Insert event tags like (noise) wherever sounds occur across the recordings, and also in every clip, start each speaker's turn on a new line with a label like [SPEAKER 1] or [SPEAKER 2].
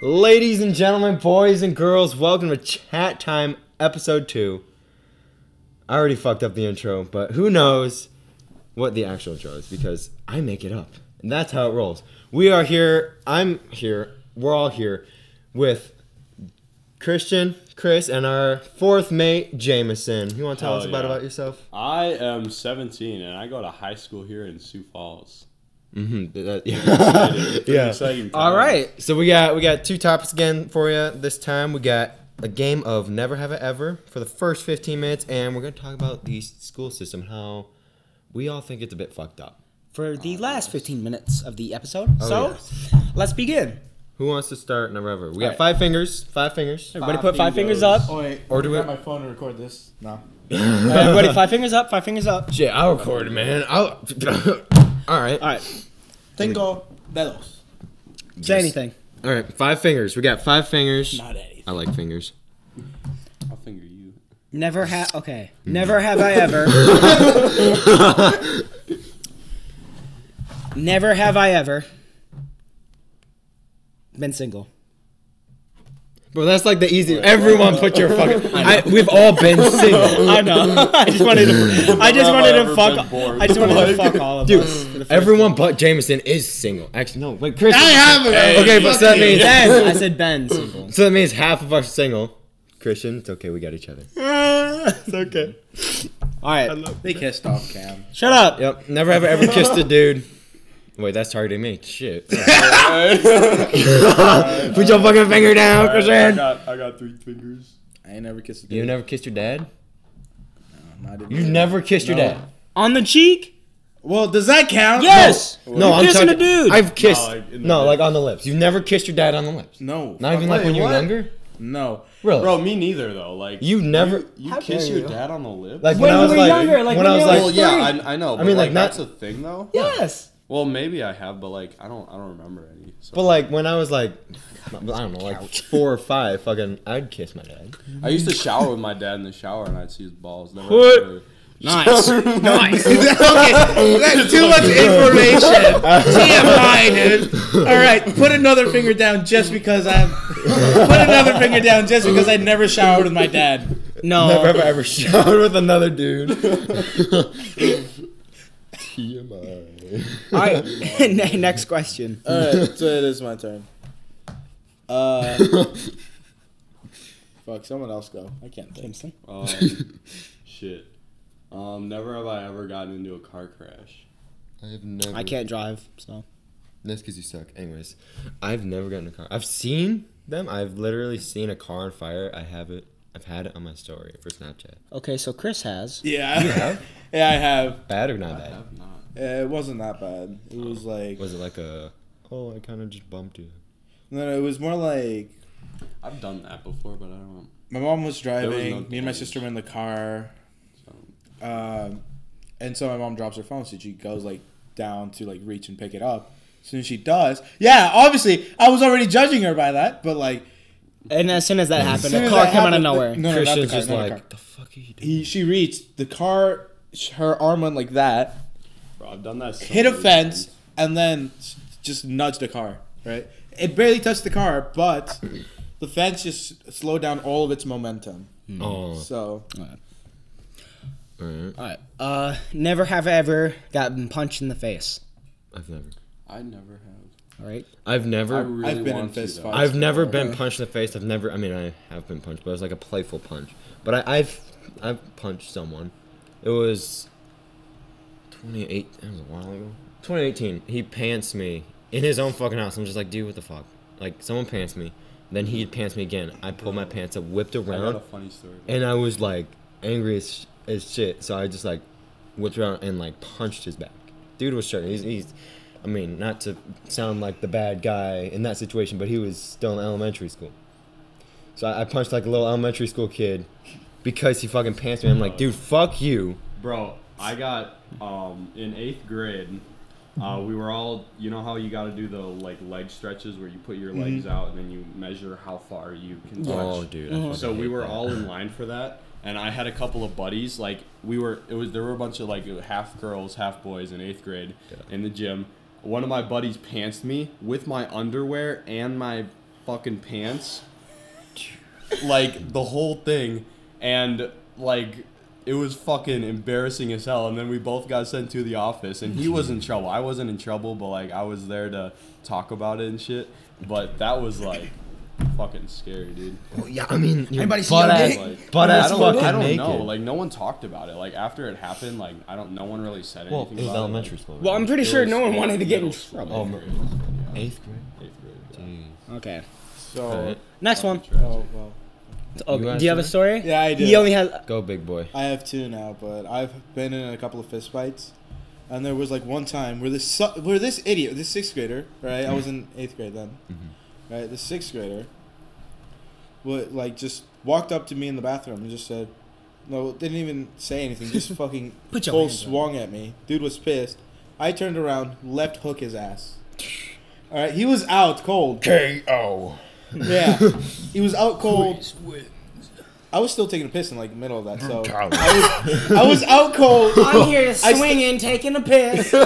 [SPEAKER 1] Ladies and gentlemen, boys and girls, welcome to Chat Time Episode 2. I already fucked up the intro, but who knows what the actual intro is because I make it up. And that's how it rolls. We are here, I'm here, we're all here with Christian, Chris, and our fourth mate, Jameson. You want to tell
[SPEAKER 2] Hell
[SPEAKER 1] us about,
[SPEAKER 2] yeah.
[SPEAKER 1] about yourself?
[SPEAKER 2] I am 17 and I go to high school here in Sioux Falls. Mm,
[SPEAKER 1] Mm-hmm.
[SPEAKER 2] (laughs) Pretty exciting time.
[SPEAKER 1] All right. Um, So we got we got two topics again for you this time. We got a game of Never Have It Ever for the first 15 minutes, and we're gonna talk about the school system, how we all think it's a bit fucked up.
[SPEAKER 3] for the last 15 minutes of the episode.
[SPEAKER 1] Oh,
[SPEAKER 3] so let's begin.
[SPEAKER 1] Who wants to start Never Ever? We got
[SPEAKER 3] right.
[SPEAKER 1] five fingers. Five fingers.
[SPEAKER 3] Everybody put five fingers up.
[SPEAKER 4] Oh wait,
[SPEAKER 1] Or
[SPEAKER 4] or
[SPEAKER 1] do
[SPEAKER 4] do
[SPEAKER 1] we-
[SPEAKER 4] we have my phone and record this? No.
[SPEAKER 3] Everybody, five fingers up, five fingers up.
[SPEAKER 1] Shit, I'll record it, man. I'll. (laughs) all right.
[SPEAKER 3] All right,
[SPEAKER 4] Tengo dedos.
[SPEAKER 3] say anything.
[SPEAKER 1] All right. Five fingers. We got five fingers.
[SPEAKER 3] Not anything.
[SPEAKER 1] I like fingers.
[SPEAKER 2] I'll finger you.
[SPEAKER 3] Never have, okay. Never have I ever. Never have I ever been single.
[SPEAKER 1] Bro, that's like the easy. Everyone, put
[SPEAKER 3] (laughs)
[SPEAKER 1] your fucking. I, we've all been single.
[SPEAKER 3] I know. (laughs) I just wanted to. I
[SPEAKER 2] Never have
[SPEAKER 3] just wanted to
[SPEAKER 2] I ever been
[SPEAKER 3] fuck.
[SPEAKER 2] bored.
[SPEAKER 3] I just wanted to fuck all of
[SPEAKER 1] Dude,
[SPEAKER 3] us. for the first-
[SPEAKER 1] Everyone but Jameson is single. Actually, no. Wait, Chris.
[SPEAKER 4] haven't.
[SPEAKER 1] Okay, but so that means
[SPEAKER 3] Ben. I said Ben single.
[SPEAKER 1] so that means half of us are single. Christian, it's okay. We got each other.
[SPEAKER 3] it's okay. All right.
[SPEAKER 4] They kissed off cam.
[SPEAKER 3] Shut up.
[SPEAKER 1] Yep. Never have I ever kissed a dude. Wait, that's targeting me.
[SPEAKER 3] (laughs)
[SPEAKER 1] Shit. (laughs) Put your fucking finger down,
[SPEAKER 2] I
[SPEAKER 1] Christian.
[SPEAKER 2] got, I got three fingers.
[SPEAKER 4] I ain't never kissed a
[SPEAKER 1] You
[SPEAKER 4] dude.
[SPEAKER 1] never kissed your dad.
[SPEAKER 4] No, I didn't.
[SPEAKER 1] You never kissed your
[SPEAKER 4] No.
[SPEAKER 1] dad.
[SPEAKER 3] On the cheek?
[SPEAKER 4] Well, does that count?
[SPEAKER 3] Yes.
[SPEAKER 1] No,
[SPEAKER 3] You're
[SPEAKER 1] I'm
[SPEAKER 3] kissing
[SPEAKER 1] talking-
[SPEAKER 3] a dude.
[SPEAKER 1] I've kissed.
[SPEAKER 2] like, in the
[SPEAKER 1] no,
[SPEAKER 2] lips.
[SPEAKER 1] like on the lips. You've never kissed your dad on the lips.
[SPEAKER 4] No.
[SPEAKER 1] Not even
[SPEAKER 4] Fuck
[SPEAKER 1] like when you were
[SPEAKER 4] what?
[SPEAKER 1] younger. (laughs)
[SPEAKER 4] No.
[SPEAKER 1] Really?
[SPEAKER 2] Bro, me neither though. Like
[SPEAKER 1] You never-
[SPEAKER 2] You,
[SPEAKER 3] How
[SPEAKER 2] kiss
[SPEAKER 3] dare
[SPEAKER 2] your
[SPEAKER 3] you.
[SPEAKER 2] dad on the lips.
[SPEAKER 1] Like
[SPEAKER 3] When
[SPEAKER 1] I
[SPEAKER 3] you
[SPEAKER 1] was
[SPEAKER 3] were
[SPEAKER 1] like
[SPEAKER 3] younger, like
[SPEAKER 1] when
[SPEAKER 3] when
[SPEAKER 1] I was
[SPEAKER 3] you were
[SPEAKER 1] like
[SPEAKER 2] well,
[SPEAKER 3] like
[SPEAKER 2] yeah,
[SPEAKER 3] three.
[SPEAKER 2] I, I know. But
[SPEAKER 1] mean, like,
[SPEAKER 2] like,
[SPEAKER 1] not-
[SPEAKER 2] that's a thing though.
[SPEAKER 3] Yes.
[SPEAKER 2] Well, maybe I have, but like I don't. I don't remember any. So.
[SPEAKER 1] But like when I was like, I don't know, like four or five, fucking, I'd kiss my (laughs) dad.
[SPEAKER 2] I used to shower with my dad in the shower, and I'd see his balls. Never
[SPEAKER 1] What?
[SPEAKER 2] Really. (laughs)
[SPEAKER 3] Nice. nice.
[SPEAKER 4] okay, that's too much (laughs) information. TMI, dude. All right, put another finger down just because I'm. Put another finger down just because I never showered with my dad.
[SPEAKER 3] No.
[SPEAKER 1] Never have I ever showered with another dude.
[SPEAKER 3] All right. (laughs)
[SPEAKER 1] (laughs)
[SPEAKER 4] (laughs)
[SPEAKER 3] Ne- Next question.
[SPEAKER 4] All right, so it is my turn. Uh, (laughs) fuck, someone else go. I can't think.
[SPEAKER 3] Jameson.
[SPEAKER 2] Um, shit. Um, never have I ever gotten into a car crash.
[SPEAKER 1] I've never.
[SPEAKER 3] I can't drive, so.
[SPEAKER 1] That's because you suck. Anyways, I've never gotten a car. I've seen them. I've literally seen a car on fire. I have it. I've had it on my story for Snapchat.
[SPEAKER 3] Okay, so Chris has.
[SPEAKER 4] Yeah, (laughs) yeah, I have.
[SPEAKER 1] Bad or not
[SPEAKER 2] I
[SPEAKER 1] bad?
[SPEAKER 2] have not.
[SPEAKER 4] Uh, it wasn't that bad. It was like
[SPEAKER 1] Was it like a? Oh, I kind of just bumped you.
[SPEAKER 4] no, no, it was more like
[SPEAKER 2] I've done that before, but I don't.
[SPEAKER 4] my mom was
[SPEAKER 2] There was
[SPEAKER 4] driving.
[SPEAKER 2] no
[SPEAKER 4] me and my
[SPEAKER 2] damage.
[SPEAKER 4] sister were in the car,
[SPEAKER 2] So.
[SPEAKER 4] um, and so my mom drops her phone. So she goes like down to like reach and pick it up. As soon as she does, yeah, obviously I was already judging her by that, but like
[SPEAKER 3] And as soon as that
[SPEAKER 4] as
[SPEAKER 3] happened,
[SPEAKER 4] soon
[SPEAKER 3] a
[SPEAKER 4] as
[SPEAKER 3] car
[SPEAKER 4] that
[SPEAKER 3] came out of
[SPEAKER 4] happened-
[SPEAKER 3] nowhere.
[SPEAKER 4] No, no, not the
[SPEAKER 1] Christian's
[SPEAKER 4] car,
[SPEAKER 1] just
[SPEAKER 4] not the
[SPEAKER 1] like,
[SPEAKER 4] car.
[SPEAKER 1] the fuck are you doing?
[SPEAKER 4] he she reached the car sh- her arm went like that
[SPEAKER 2] Bro, I've done that. so
[SPEAKER 4] hit a
[SPEAKER 2] many
[SPEAKER 4] fence
[SPEAKER 2] times.
[SPEAKER 4] and then s- just nudged the car right it barely touched the car but the fence just slowed down all of its momentum
[SPEAKER 1] Oh,
[SPEAKER 4] so
[SPEAKER 1] alright.
[SPEAKER 3] All right. Uh, never have I ever gotten punched in the face.
[SPEAKER 1] I've never.
[SPEAKER 2] I never have.
[SPEAKER 3] All right.
[SPEAKER 1] I've
[SPEAKER 2] I
[SPEAKER 1] never.
[SPEAKER 2] really
[SPEAKER 4] I've been in
[SPEAKER 2] want to,
[SPEAKER 4] fist
[SPEAKER 2] though.
[SPEAKER 4] fights.
[SPEAKER 1] I've never been punched in the face. I've never. I mean, I have been punched, but it was like a playful punch. But I, I've I've punched someone. It was 28. That was a while ago. 2018. He pants me in his own fucking house. I'm just like, dude, what the fuck? Like, someone pants me. Then he pants me again. I pulled my pants up, whipped
[SPEAKER 2] I got a
[SPEAKER 1] around,
[SPEAKER 2] funny story.
[SPEAKER 1] and I was like angry as, as shit. So I just like whipped around and like punched his back. Dude was sure. He's, he's, I mean, not to sound like the bad guy in that situation, but he was still in elementary school. So I, I punched like a little elementary school kid because he fucking pants me. I'm like, dude, fuck you.
[SPEAKER 2] Bro, I got um in eighth grade. Uh, we were all, you know how you got to do the like leg stretches where you put your legs out and then you measure how far you can touch.
[SPEAKER 1] Oh, dude. I fucking
[SPEAKER 2] So we
[SPEAKER 1] hate
[SPEAKER 2] were
[SPEAKER 1] that.
[SPEAKER 2] all in line for that, and I had a couple of buddies. Like we were, it was there were a bunch of like half girls, half boys in eighth grade in the gym. One of my buddies pantsed me with my underwear and my fucking pants. Like the whole thing. And like it was fucking embarrassing as hell. And then we both got sent to the office and he was in trouble. I wasn't in trouble, but like I was there to talk about it and shit. But that was like fucking scary, dude.
[SPEAKER 1] yeah, I mean, you're
[SPEAKER 3] Anybody see
[SPEAKER 1] butt
[SPEAKER 3] your
[SPEAKER 1] ass,
[SPEAKER 3] dick?
[SPEAKER 2] Like,
[SPEAKER 1] butt
[SPEAKER 2] I
[SPEAKER 1] ass
[SPEAKER 2] don't,
[SPEAKER 1] fucking
[SPEAKER 2] I don't
[SPEAKER 1] naked.
[SPEAKER 2] know. Like no one talked about it. Like after it happened, like I don't. No one really said anything.
[SPEAKER 1] well, it was
[SPEAKER 2] about
[SPEAKER 1] elementary
[SPEAKER 2] It.
[SPEAKER 1] school.
[SPEAKER 3] Well, I'm pretty
[SPEAKER 2] It
[SPEAKER 3] sure
[SPEAKER 2] was
[SPEAKER 3] no one wanted to get in
[SPEAKER 2] middle
[SPEAKER 3] trouble.
[SPEAKER 2] Like,
[SPEAKER 1] Oh,
[SPEAKER 2] eighth grade.
[SPEAKER 1] eighth grade.
[SPEAKER 2] Yeah, eighth grade. yeah.
[SPEAKER 3] Okay.
[SPEAKER 4] So.
[SPEAKER 3] Next one.
[SPEAKER 4] Oh well.
[SPEAKER 3] Oh,
[SPEAKER 1] You
[SPEAKER 3] do you have a
[SPEAKER 1] asked
[SPEAKER 3] story?
[SPEAKER 4] Yeah, (laughs) I do.
[SPEAKER 3] He only has.
[SPEAKER 1] Go big boy.
[SPEAKER 4] I have two now, but I've been in a couple of fistfights, and there was like one time where this su- where this idiot, this sixth grader, right? I was in eighth grade then,
[SPEAKER 3] Mm-hmm.
[SPEAKER 4] right? The sixth grader, would like just walked up to me in the bathroom and just said, no, didn't even say anything,
[SPEAKER 3] (laughs)
[SPEAKER 4] just fucking
[SPEAKER 3] Put your
[SPEAKER 4] full
[SPEAKER 3] hands up.
[SPEAKER 4] swung at me. Dude was pissed. I turned around, left hook
[SPEAKER 3] (laughs)
[SPEAKER 4] his ass. All right, he was out cold.
[SPEAKER 1] K.O.
[SPEAKER 4] Yeah, (laughs) he was out cold. I was still taking a piss in like the middle of that, so I was, I was out cold. (laughs)
[SPEAKER 3] I'm here
[SPEAKER 4] I st-
[SPEAKER 3] swinging, taking a piss.
[SPEAKER 4] (laughs) I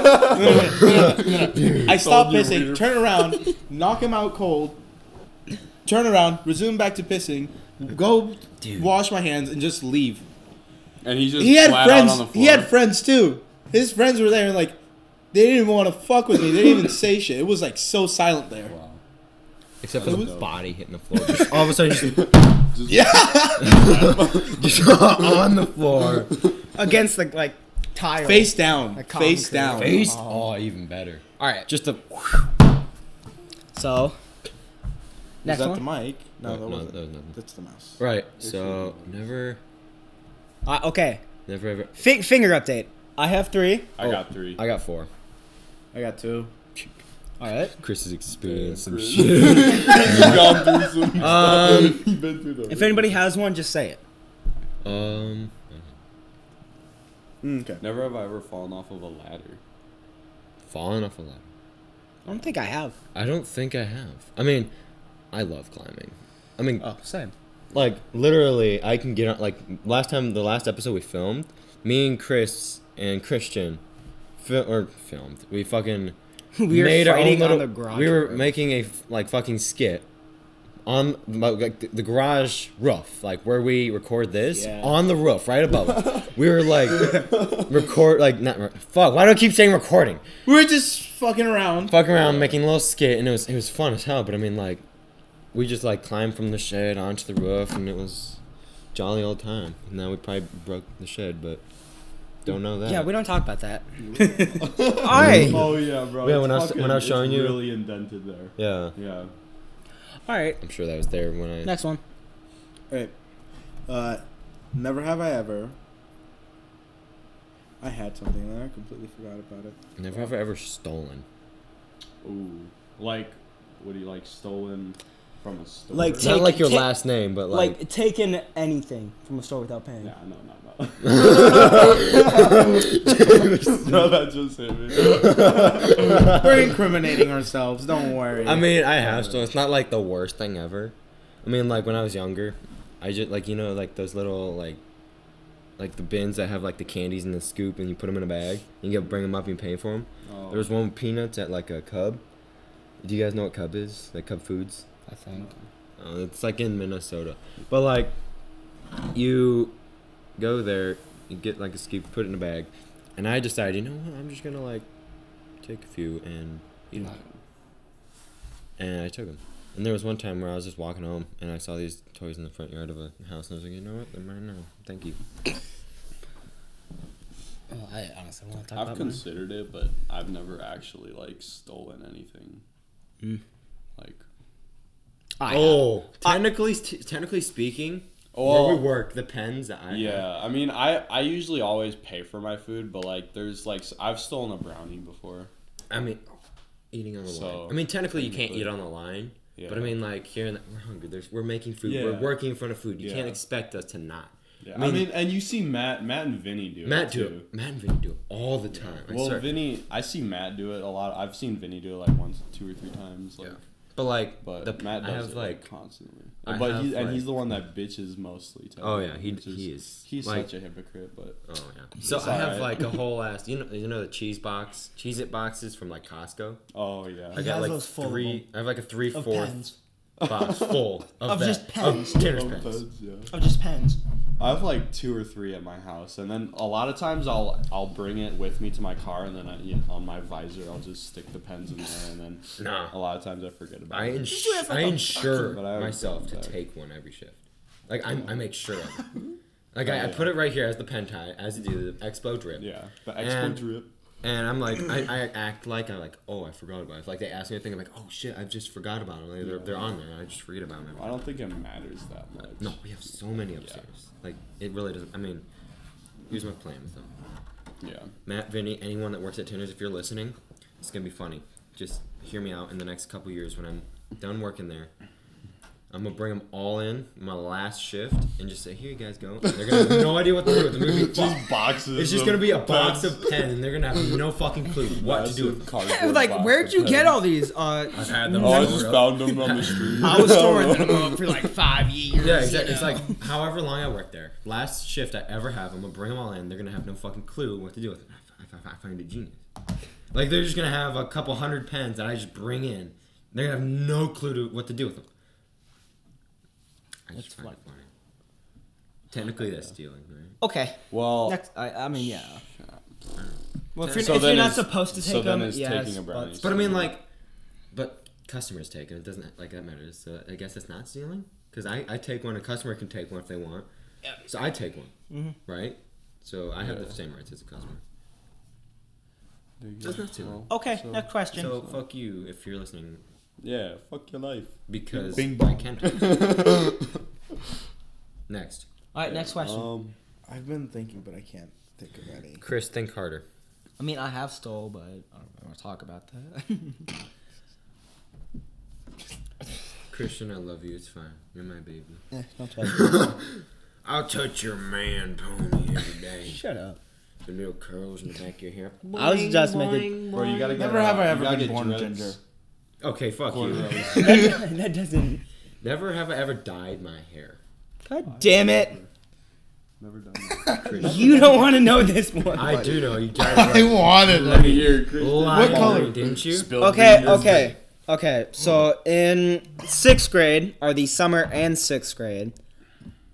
[SPEAKER 4] stop
[SPEAKER 2] Soldier
[SPEAKER 4] pissing,
[SPEAKER 2] leader.
[SPEAKER 4] turn around, knock him out cold, turn around, resume back to pissing, go wash my hands, and just leave.
[SPEAKER 2] And he just
[SPEAKER 4] He had
[SPEAKER 2] flat out on the
[SPEAKER 4] friends.
[SPEAKER 2] floor.
[SPEAKER 4] He had friends too. His friends were there, and like they didn't even want to fuck with me. They (laughs) didn't even say shit. It was like so silent there.
[SPEAKER 2] Wow.
[SPEAKER 1] Except for the
[SPEAKER 4] was-
[SPEAKER 1] body hitting the (laughs) floor. Just all of a sudden, just, (laughs) just on the floor.
[SPEAKER 3] Against the, like, tile.
[SPEAKER 4] Face down.
[SPEAKER 3] Like
[SPEAKER 4] face
[SPEAKER 3] concrete.
[SPEAKER 4] down.
[SPEAKER 1] Face. Oh, even better.
[SPEAKER 3] All right.
[SPEAKER 1] Just a.
[SPEAKER 3] So,
[SPEAKER 4] Was
[SPEAKER 3] next
[SPEAKER 4] that
[SPEAKER 3] one.
[SPEAKER 4] the mic? No,
[SPEAKER 1] Right,
[SPEAKER 4] Oh, that
[SPEAKER 1] no,
[SPEAKER 4] wasn't.
[SPEAKER 1] that was nothing.
[SPEAKER 4] That's the mouse.
[SPEAKER 1] Right. So never,
[SPEAKER 3] Uh, okay.
[SPEAKER 1] never ever.
[SPEAKER 3] Fi finger update. I have three.
[SPEAKER 2] I got three.
[SPEAKER 1] I got four.
[SPEAKER 4] I got two.
[SPEAKER 3] All right.
[SPEAKER 1] Chris has experienced some
[SPEAKER 2] Chris.
[SPEAKER 4] (laughs)
[SPEAKER 1] shit.
[SPEAKER 2] Gone through some
[SPEAKER 1] Um,
[SPEAKER 2] You've been through the
[SPEAKER 3] If anybody has one, just say it.
[SPEAKER 1] um,
[SPEAKER 4] Mm, Okay.
[SPEAKER 2] Never have I ever fallen off of a ladder.
[SPEAKER 1] falling off a ladder.
[SPEAKER 3] I don't think I have.
[SPEAKER 1] I don't think I have. I mean, I love climbing. I mean,
[SPEAKER 3] Oh, same.
[SPEAKER 1] like literally, I can get on. Like last time, the last episode we filmed, me and Chris and Christian, fil- or filmed. We fucking
[SPEAKER 3] (laughs) We were
[SPEAKER 1] made our own
[SPEAKER 3] fighting
[SPEAKER 1] little,
[SPEAKER 3] on the garage.
[SPEAKER 1] We were
[SPEAKER 3] roof.
[SPEAKER 1] making a f- like fucking skit on my- like the- the garage roof, like where we record this
[SPEAKER 4] Yeah.
[SPEAKER 1] on the roof, right above.
[SPEAKER 3] (laughs)
[SPEAKER 1] it. We were like record like not re- fuck. Why do I keep saying recording?
[SPEAKER 4] We were just fucking around.
[SPEAKER 1] Fuck around, making a little skit, and it was it was fun as hell. But I mean, like we just like climbed from the shed onto the roof, and it was jolly old time. Now we probably broke the shed, but don't know that.
[SPEAKER 3] Yeah, we don't talk about (laughs) that. All right. All
[SPEAKER 2] Oh yeah, bro.
[SPEAKER 1] Yeah,
[SPEAKER 2] it's
[SPEAKER 1] when I was- when I was
[SPEAKER 2] it's
[SPEAKER 1] showing you-
[SPEAKER 2] really indented there.
[SPEAKER 1] yeah.
[SPEAKER 2] Yeah.
[SPEAKER 3] right.
[SPEAKER 1] I'm sure that was there when I.
[SPEAKER 3] Next one.
[SPEAKER 4] Alright. Uh, never have I ever. I had something there. I completely forgot about it.
[SPEAKER 1] Never have I ever stolen.
[SPEAKER 2] Ooh. Like, what do you like? Stolen from a store?
[SPEAKER 3] Like,
[SPEAKER 1] Not
[SPEAKER 3] Take-
[SPEAKER 1] like your
[SPEAKER 3] take-
[SPEAKER 1] last name, but
[SPEAKER 3] Like, taking anything from a store without paying.
[SPEAKER 2] Nah, no,
[SPEAKER 1] (laughs)
[SPEAKER 2] no, (laughs) no. no, that just hit me.
[SPEAKER 4] (laughs) We're incriminating ourselves. Don't worry.
[SPEAKER 1] I mean, I have stolen. It's not like the worst thing ever. I mean, like when I was younger, I just like you know like those little like, like the bins that have like the candies in the scoop, and you put them in a bag. And you get bring them up and you pay for them.
[SPEAKER 2] Oh.
[SPEAKER 1] There was one with peanuts at like a Cub. Do you guys know what Cub is? Like Cub Foods.
[SPEAKER 3] I think.
[SPEAKER 1] Uh, it's like in Minnesota, but like, you go there, you get like a scoop, put it in a bag, and I decide, you know what, I'm just gonna like take a few and eat 'em. and I took them. And there was one time where I was just walking home and I saw these toys in the front yard of a house, and I was like, you know what, they're mine now. Thank you.
[SPEAKER 3] Well, Oh, I honestly want to talk
[SPEAKER 2] I've
[SPEAKER 3] about mine.
[SPEAKER 2] considered it, but I've never actually like stolen anything.
[SPEAKER 1] Mm.
[SPEAKER 2] Like,
[SPEAKER 3] I have.
[SPEAKER 1] Oh, technically, st- technically speaking,
[SPEAKER 2] Oh.
[SPEAKER 1] where we work, the pens that I have-
[SPEAKER 2] yeah. I mean, I I usually always pay for my food, but like, there's like s- I've stolen a brownie before.
[SPEAKER 1] I mean, eating on the
[SPEAKER 2] So,
[SPEAKER 1] line. I mean, technically, you can't eat
[SPEAKER 2] technically.
[SPEAKER 1] on the line.
[SPEAKER 2] Yeah.
[SPEAKER 1] But I mean, like here, and we're hungry. There's, we're making food.
[SPEAKER 2] Yeah.
[SPEAKER 1] We're working in front of food. You can't
[SPEAKER 2] Yeah.
[SPEAKER 1] expect us to not.
[SPEAKER 2] Yeah. I mean, and you see Matt, Matt and Vinny do it.
[SPEAKER 1] Matt do
[SPEAKER 2] too.
[SPEAKER 1] it. Matt and Vinny do it all the time. I
[SPEAKER 2] Well,
[SPEAKER 1] swear.
[SPEAKER 2] Vinny, I see Matt do it a lot. I've seen Vinny do it like once, two or three times. Like,
[SPEAKER 1] Yeah. But like,
[SPEAKER 2] but
[SPEAKER 1] the
[SPEAKER 2] Matt
[SPEAKER 1] I
[SPEAKER 2] does
[SPEAKER 1] have
[SPEAKER 2] it
[SPEAKER 1] like,
[SPEAKER 2] like constantly.
[SPEAKER 1] I
[SPEAKER 2] but
[SPEAKER 1] have,
[SPEAKER 2] he's, and he's
[SPEAKER 1] like-
[SPEAKER 2] the one that bitches mostly. Too,
[SPEAKER 1] Oh, yeah, he-
[SPEAKER 2] which
[SPEAKER 1] he is,
[SPEAKER 2] He's
[SPEAKER 1] like-
[SPEAKER 2] such a hypocrite, but
[SPEAKER 1] oh
[SPEAKER 2] (laughs)
[SPEAKER 1] yeah. So
[SPEAKER 2] It's
[SPEAKER 1] I have
[SPEAKER 2] alright.
[SPEAKER 1] like a
[SPEAKER 2] (laughs)
[SPEAKER 1] whole ass. You know, you know the cheese box, cheese it boxes from like Costco.
[SPEAKER 2] oh yeah,
[SPEAKER 1] I
[SPEAKER 3] has
[SPEAKER 1] got like
[SPEAKER 2] (laughs)
[SPEAKER 3] those full of
[SPEAKER 1] three. I have like a three
[SPEAKER 3] Of
[SPEAKER 1] fourth.
[SPEAKER 3] pens. (laughs)
[SPEAKER 1] box full of,
[SPEAKER 3] Of
[SPEAKER 1] that-
[SPEAKER 3] just pens.
[SPEAKER 1] of tennis pens.
[SPEAKER 3] Of just pens.
[SPEAKER 2] I have like two or three at my house, and then a lot of times I'll I'll bring it with me to my car, and then I, you know, on my visor I'll just stick the pens in there, and
[SPEAKER 1] (laughs)
[SPEAKER 2] then
[SPEAKER 1] Nah.
[SPEAKER 2] a lot of times I forget about
[SPEAKER 1] I,
[SPEAKER 2] it.
[SPEAKER 1] ins- I ensure
[SPEAKER 2] (laughs) But I would
[SPEAKER 1] myself
[SPEAKER 2] go
[SPEAKER 1] to
[SPEAKER 2] back.
[SPEAKER 1] take one every shift. Like I, I make sure of
[SPEAKER 2] (laughs)
[SPEAKER 1] it. Like I, I put it right here as the pen tie, as the expo drip.
[SPEAKER 2] Yeah, the
[SPEAKER 1] And-
[SPEAKER 2] extra drip.
[SPEAKER 1] And I'm like, I,
[SPEAKER 2] (clears throat)
[SPEAKER 1] I act like I'm like, oh, I forgot about it. If, like they ask me a thing, I'm like, oh shit, I just forgot about it. Like, they're, they're on there. I just forget about them.
[SPEAKER 2] I don't think it matters that much.
[SPEAKER 1] No, we have so many upstairs. Like it really doesn't. I mean, here's my plan with them.
[SPEAKER 2] Yeah.
[SPEAKER 1] Matt, Vinny, anyone that works at Tinners, if you're listening, it's gonna be funny. Just hear me out. In the next couple years, when I'm done working there, I'm gonna bring them all in my last shift and just say, "Here you guys go." And they're gonna have no idea what to do with them. They're gonna be fucked.
[SPEAKER 2] Just boxes.
[SPEAKER 1] It's (laughs) just
[SPEAKER 2] of
[SPEAKER 1] gonna be a box
[SPEAKER 2] pens.
[SPEAKER 1] of pens, and they're gonna have no fucking clue what to do.
[SPEAKER 2] Massive
[SPEAKER 1] with
[SPEAKER 2] cardboard
[SPEAKER 3] (laughs) like,
[SPEAKER 2] box
[SPEAKER 3] where'd
[SPEAKER 2] of
[SPEAKER 3] you get
[SPEAKER 2] pens.
[SPEAKER 3] all these?
[SPEAKER 4] (laughs)
[SPEAKER 3] Uh,
[SPEAKER 1] I've had them.
[SPEAKER 2] Oh, I
[SPEAKER 1] all
[SPEAKER 2] just
[SPEAKER 1] grow-
[SPEAKER 2] found them on the street.
[SPEAKER 3] I was storing them up for like five years.
[SPEAKER 1] Yeah, exactly. It's
[SPEAKER 3] you know?
[SPEAKER 1] like however long I work there, last shift I ever have, I'm gonna bring them all in. They're gonna have no fucking clue what to do with it. I, f- I f- I find it genius. Like they're just gonna have a couple hundred pens that I just bring in. They're gonna have no clue to what to do with them. I just find it funny. Technically, that's stealing, right?
[SPEAKER 3] okay.
[SPEAKER 2] (laughs) well,
[SPEAKER 3] Next, I, I mean, yeah. Well, if you're,
[SPEAKER 2] So
[SPEAKER 3] if you're
[SPEAKER 2] then
[SPEAKER 3] not
[SPEAKER 2] it's-
[SPEAKER 3] supposed to take
[SPEAKER 2] so then
[SPEAKER 3] them,
[SPEAKER 2] it's
[SPEAKER 3] yes,
[SPEAKER 2] taking a
[SPEAKER 3] but-
[SPEAKER 2] brownie.
[SPEAKER 1] But I mean, like, but customers take them. It doesn't like that matters. So I guess that's not stealing because I, I take one. A customer can take one if they want. So I take one, right? So I have
[SPEAKER 2] Yeah.
[SPEAKER 1] the same rights as a customer.
[SPEAKER 2] there you
[SPEAKER 1] That's
[SPEAKER 2] go.
[SPEAKER 1] not too long.
[SPEAKER 3] Okay,
[SPEAKER 2] So-
[SPEAKER 3] next question.
[SPEAKER 1] So fuck you if you're listening
[SPEAKER 2] yeah, fuck your life.
[SPEAKER 1] because
[SPEAKER 2] Bing
[SPEAKER 1] I can talk. (laughs) Next,
[SPEAKER 3] All right, next question.
[SPEAKER 2] Um,
[SPEAKER 4] I've been thinking, but I can't think of any.
[SPEAKER 1] Chris, think harder.
[SPEAKER 3] I mean, I have stole, but I don't want to talk about that.
[SPEAKER 1] Christian, I love you. It's fine. You're my baby.
[SPEAKER 3] Eh, don't (laughs) touch me.
[SPEAKER 1] I'll touch your man pony every day.
[SPEAKER 3] Shut up.
[SPEAKER 1] (laughs) the little curls in the back of your hair.
[SPEAKER 3] I was just making.
[SPEAKER 2] bro, you gotta get.
[SPEAKER 4] Never have
[SPEAKER 2] uh,
[SPEAKER 4] I
[SPEAKER 2] you
[SPEAKER 4] ever
[SPEAKER 2] gotta
[SPEAKER 4] been
[SPEAKER 2] get
[SPEAKER 4] born a
[SPEAKER 2] dreads.
[SPEAKER 4] ginger.
[SPEAKER 1] Okay, fuck you.
[SPEAKER 2] Cornrows.
[SPEAKER 3] (laughs) that doesn't.
[SPEAKER 1] Never have I ever dyed my hair.
[SPEAKER 3] God damn it!
[SPEAKER 2] Never done that.
[SPEAKER 3] You don't want to know this one.
[SPEAKER 1] I do know you dyed my hair.
[SPEAKER 4] wanted
[SPEAKER 2] Let me hear, Chris.
[SPEAKER 1] (laughs) What
[SPEAKER 4] color?
[SPEAKER 1] Didn't you?
[SPEAKER 3] Okay, okay, okay. So in sixth grade, or the summer and sixth grade,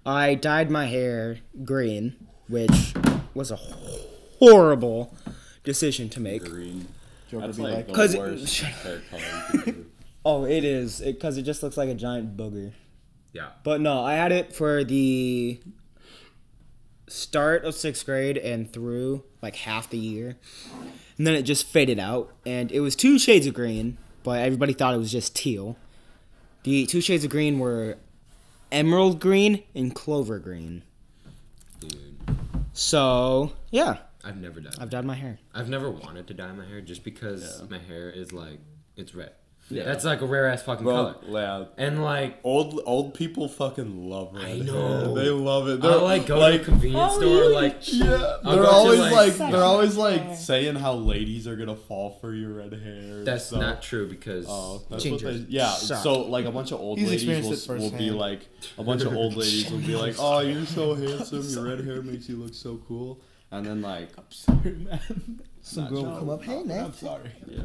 [SPEAKER 3] I dyed my hair green, which was a horrible decision to make.
[SPEAKER 2] Green.
[SPEAKER 4] Joker
[SPEAKER 2] That's
[SPEAKER 4] be
[SPEAKER 2] like
[SPEAKER 4] like,
[SPEAKER 2] the
[SPEAKER 3] 'Cause it-
[SPEAKER 2] worst
[SPEAKER 3] (laughs) shut
[SPEAKER 2] hair color you can do.
[SPEAKER 3] Oh, it is, because it just looks like a giant booger.
[SPEAKER 1] Yeah.
[SPEAKER 3] But no, I had it for the start of sixth grade and through like half the year. And then it just faded out. And it was two shades of green, but everybody thought it was just teal. The two shades of green were emerald green and clover green.
[SPEAKER 1] Dude,
[SPEAKER 3] So, yeah,
[SPEAKER 1] I've never dyed.
[SPEAKER 3] I've dyed my hair.
[SPEAKER 1] I've never wanted to dye my hair just because
[SPEAKER 2] Yeah.
[SPEAKER 1] my hair is like it's red.
[SPEAKER 2] Yeah.
[SPEAKER 1] That's like a rare ass fucking color.
[SPEAKER 2] Bro, yeah.
[SPEAKER 1] And like
[SPEAKER 2] Old old people fucking love red.
[SPEAKER 1] I
[SPEAKER 2] hair.
[SPEAKER 1] know.
[SPEAKER 2] They love it. They're
[SPEAKER 1] I'll like go to a convenience store like
[SPEAKER 2] Yeah,
[SPEAKER 1] I'll go
[SPEAKER 2] they're
[SPEAKER 1] to,
[SPEAKER 2] always
[SPEAKER 1] like-
[SPEAKER 2] like, they're always like saying how ladies are gonna fall for your red hair.
[SPEAKER 1] that's
[SPEAKER 2] so-
[SPEAKER 1] not true because
[SPEAKER 2] Oh, that's what they,
[SPEAKER 3] Gingers
[SPEAKER 2] yeah.
[SPEAKER 3] suck.
[SPEAKER 2] So like a bunch of old
[SPEAKER 4] He's
[SPEAKER 2] ladies
[SPEAKER 4] experienced
[SPEAKER 2] will,
[SPEAKER 4] it
[SPEAKER 2] will be
[SPEAKER 4] firsthand.
[SPEAKER 2] like a bunch of old ladies will be
[SPEAKER 3] (laughs)
[SPEAKER 2] like, "Oh, you're so handsome. Your red hair makes you look so cool." And then like,
[SPEAKER 4] some girl will come up, hey, man.
[SPEAKER 2] sorry. Yeah.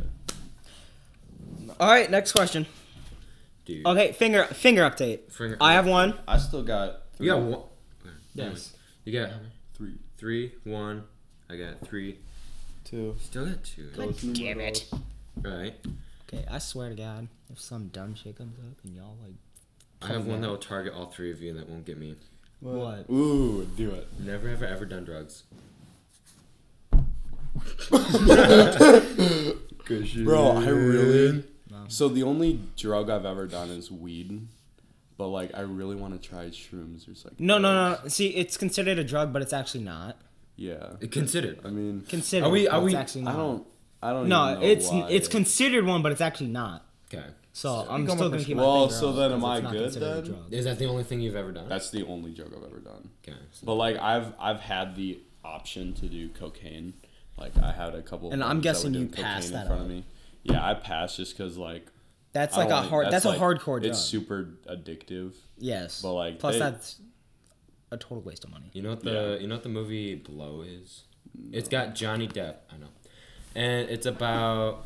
[SPEAKER 3] All right, next question.
[SPEAKER 1] dude.
[SPEAKER 3] Okay, finger finger update.
[SPEAKER 1] Finger-
[SPEAKER 3] I have one.
[SPEAKER 2] I still got three.
[SPEAKER 1] You got one.
[SPEAKER 4] Yes.
[SPEAKER 1] You got how many?
[SPEAKER 2] three.
[SPEAKER 1] three, one. I got three.
[SPEAKER 4] Two.
[SPEAKER 1] Still got two.
[SPEAKER 3] Damn it.
[SPEAKER 1] Right.
[SPEAKER 3] Okay, I swear to God, if some dumb shit comes up and y'all like
[SPEAKER 1] I have one that will target all three of you and that won't get me.
[SPEAKER 3] what?
[SPEAKER 2] Ooh, do it.
[SPEAKER 1] Never have I ever done drugs.
[SPEAKER 2] Bro, I really. So the only drug I've ever done is weed, but like I really want to try shrooms or something.
[SPEAKER 3] No, no, no. no. See, it's considered a drug, but it's actually not.
[SPEAKER 2] Yeah.
[SPEAKER 1] Considered.
[SPEAKER 2] I mean,
[SPEAKER 3] Considered.
[SPEAKER 1] Are we-
[SPEAKER 3] but
[SPEAKER 1] are
[SPEAKER 3] it's
[SPEAKER 1] we-
[SPEAKER 3] Actually
[SPEAKER 2] I
[SPEAKER 3] not.
[SPEAKER 2] don't. I don't.
[SPEAKER 3] No,
[SPEAKER 2] even know
[SPEAKER 3] it's
[SPEAKER 2] why.
[SPEAKER 3] it's considered one, but it's actually not.
[SPEAKER 1] Okay.
[SPEAKER 3] So I'm still
[SPEAKER 4] up
[SPEAKER 3] gonna
[SPEAKER 4] with-
[SPEAKER 3] keep my
[SPEAKER 2] Well,
[SPEAKER 3] finger
[SPEAKER 2] so
[SPEAKER 3] out,
[SPEAKER 2] then
[SPEAKER 3] 'cause
[SPEAKER 2] am
[SPEAKER 3] it's
[SPEAKER 2] I
[SPEAKER 3] not
[SPEAKER 2] good
[SPEAKER 3] considered a
[SPEAKER 2] then?
[SPEAKER 3] drug.
[SPEAKER 1] Is that the only thing you've ever done?
[SPEAKER 2] That's the only drug I've ever done.
[SPEAKER 1] okay.
[SPEAKER 2] But like I've I've had the option to do cocaine. Like I had a couple. of
[SPEAKER 3] And I'm
[SPEAKER 2] friends that were
[SPEAKER 3] guessing you
[SPEAKER 2] doing cocaine
[SPEAKER 3] passed
[SPEAKER 2] in
[SPEAKER 3] that
[SPEAKER 2] front
[SPEAKER 3] up.
[SPEAKER 2] of me. Yeah, I passed just because like.
[SPEAKER 3] That's
[SPEAKER 2] I
[SPEAKER 3] like
[SPEAKER 2] don't
[SPEAKER 3] a hard. That's, a
[SPEAKER 2] like-
[SPEAKER 3] hardcore drug.
[SPEAKER 2] It's super addictive.
[SPEAKER 3] yes.
[SPEAKER 2] but, like,
[SPEAKER 3] plus
[SPEAKER 2] they-
[SPEAKER 3] that's a total waste of money.
[SPEAKER 1] You know what the you know what the movie Blow is? It's got Johnny Depp. I know, and it's about.